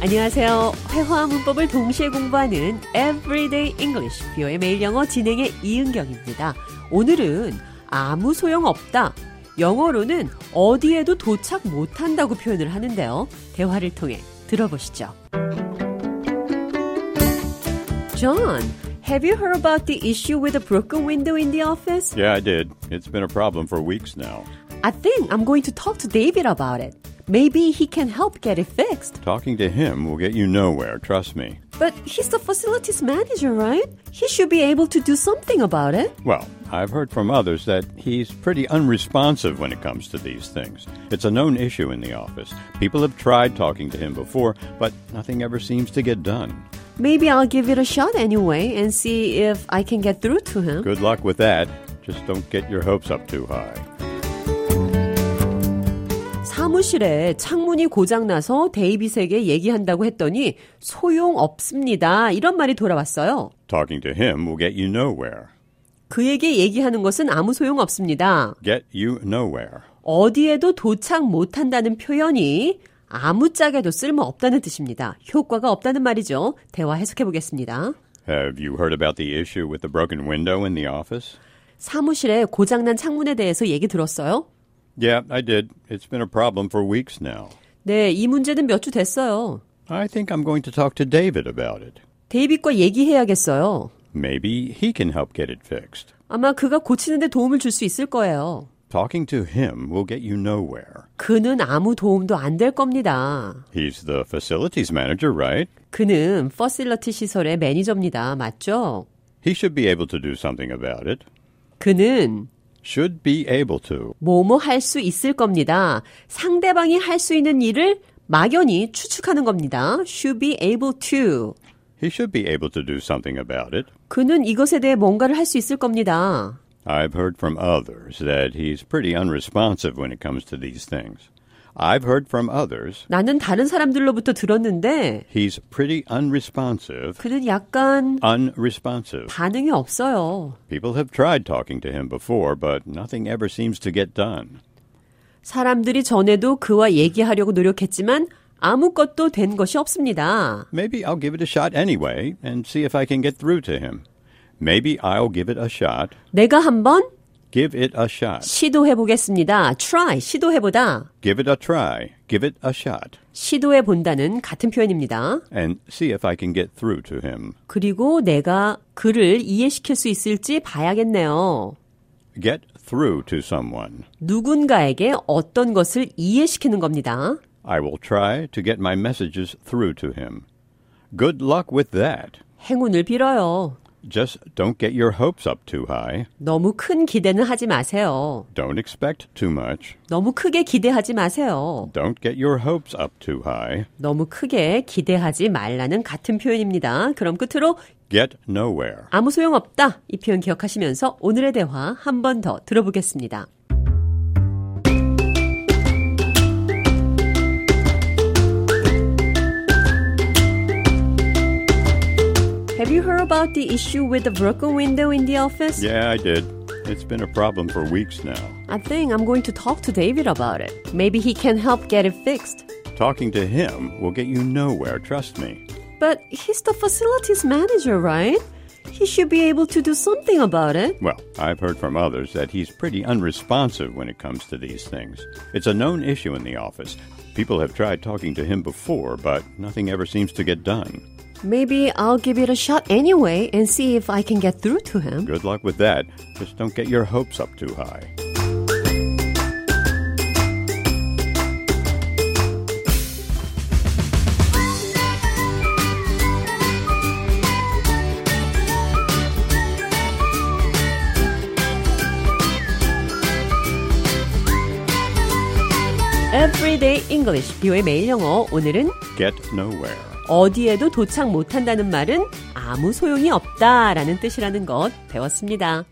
안녕하세요. 회화 문법을 동시에 공부하는 Everyday English 뷰의 매일 영어 진행의 이은경입니다. 오늘은 아무 소용 없다. 영어로는 어디에도 도착 못한다고 표현을 하는데요. 대화를 통해 들어보시죠. John, have you heard about the issue with the broken window in the office? Yeah, I did. It's been a problem for weeks now. I think I'm going to talk to David about it. Maybe he can help get it fixed. Talking to him will get you nowhere, trust me. But he's the facilities manager, right? He should be able to do something about it. Well, I've heard from others that he's pretty unresponsive when it comes to these things. It's a known issue in the office. People have tried talking to him before, but nothing ever seems to get done. Maybe I'll give it a shot anyway and see if I can get through to him. Good luck with that. Just don't get your hopes up too high. 사무실에 창문이 고장나서 데이빗에게 얘기한다고 했더니 소용 없습니다. 이런 말이 돌아왔어요. Talking to him will get you nowhere. 그에게 얘기하는 것은 아무 소용 없습니다. Get you nowhere. 어디에도 도착 못한다는 표현이 아무짝에도 쓸모없다는 뜻입니다. 효과가 없다는 말이죠. 대화 해석해 보겠습니다. Have you heard about the issue with the broken window in the office? 사무실에 고장난 창문에 대해서 얘기 들었어요? Yeah, I did. It's been a problem for weeks now. 네, 이 문제는 몇 주 됐어요. I think I'm going to talk to David about it. 데이빗과 얘기해야겠어요. Maybe he can help get it fixed. 아마 그가 고치는데 도움을 줄 수 있을 거예요. Talking to him will get you nowhere. 그는 아무 도움도 안 될 겁니다. He's the facilities manager, right? 그는 퍼실러티 시설의 매니저입니다. 맞죠? He should be able to do something about it. 그는 Should be able to. 뭐뭐 할 수 있을 겁니다. 상대방이 할 수 있는 일을 막연히 추측하는 겁니다. should be able to. He should be able to do something about it. 그는 이것에 대해 뭔가를 할 수 있을 겁니다. I've heard from others that he's pretty unresponsive when it comes to these things. I've heard from others 나는 다른 사람들로부터 들었는데 he's pretty unresponsive. 그는 약간 Unresponsive. 반응이 없어요. People have tried talking to him before, but nothing ever seems to get done. 사람들이 전에도 그와 얘기하려고 노력했지만 아무것도 된 것이 없습니다. Maybe I'll give it a shot anyway and see if I can get through to him. Maybe I'll give it a shot. 내가 한번 Give it a shot. 시도해 보겠습니다. try 시도해 보다. Give it a try. Give it a shot. 시도해 본다는 같은 표현입니다. And see if I can get through to him. 그리고 내가 그를 이해시킬 수 있을지 봐야겠네요. Get through to someone. 누군가에게 어떤 것을 이해시키는 겁니다. I will try to get my messages through to him. Good luck with that. 행운을 빌어요. Just don't get your hopes up too high. 너무 큰 기대는 하지 마세요. Don't expect too much. 너무 크게 기대하지 마세요. Don't get your hopes up too high. 너무 크게 기대하지 말라는 같은 표현입니다. 그럼 끝으로 Get nowhere. 아무 소용 없다. 이 표현 기억하시면서 오늘의 대화 한 번 더 들어보겠습니다. Have you heard about the issue with the broken window in the office? Yeah, I did. It's been a problem for weeks now. I think I'm going to talk to David about it. Maybe he can help get it fixed. Talking to him will get you nowhere, trust me. But he's the facilities manager, right? He should be able to do something about it. Well, I've heard from others that he's pretty unresponsive when it comes to these things. It's a known issue in the office. People have tried talking to him before, but nothing ever seems to get done. Maybe I'll give it a shot anyway and see if I can get through to him. Good luck with that. Just don't get your hopes up too high. Everyday English, 비오의 매일 영어. 오늘은 Get nowhere. 어디에도 도착 못한다는 말은 아무 소용이 없다라는 뜻이라는 것 배웠습니다.